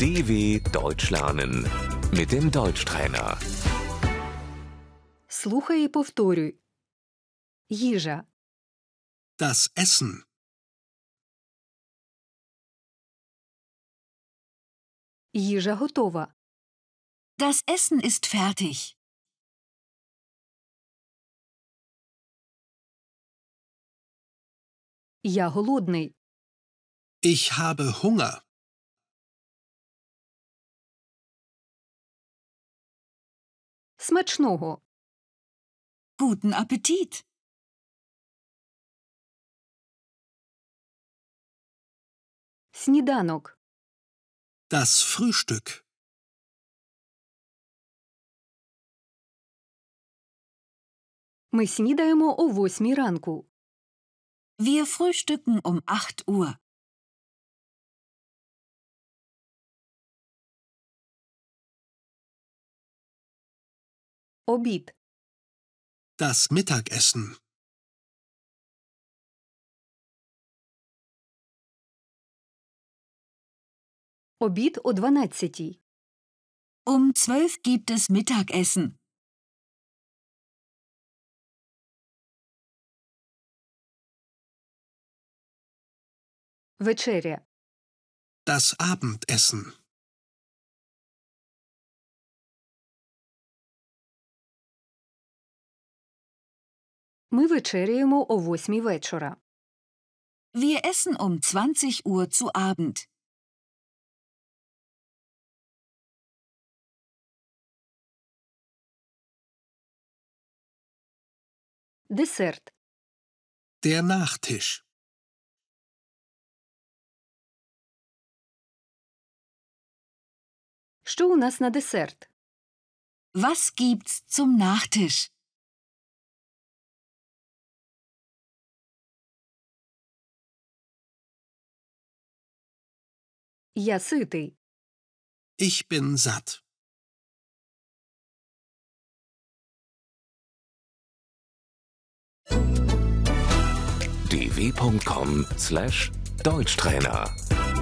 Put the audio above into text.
DW Deutsch lernen mit dem Deutschtrainer. Слухай і повторюй. Їжа, Das Essen, їжа готова. Das Essen ist fertig. Я голодний. ich habe Hunger, Смачного. Guten Appetit. Сніданок. das Frühstück, Ми снідаємо о восьмій ранку. Wir frühstücken um 8 Uhr. Обід. das Mittagessen, Обід о дванадцятій. Um 12 gibt es Mittagessen. Вечеря. das Abendessen, Ми вечеряємо о восьмій вечора. Wir essen um 20 Uhr zu Abend. Десерт. der Nachtisch, Що у нас на десерт? Was gibt's zum Nachtisch? Я ситий. ich bin satt, dw.com/deutschtrainer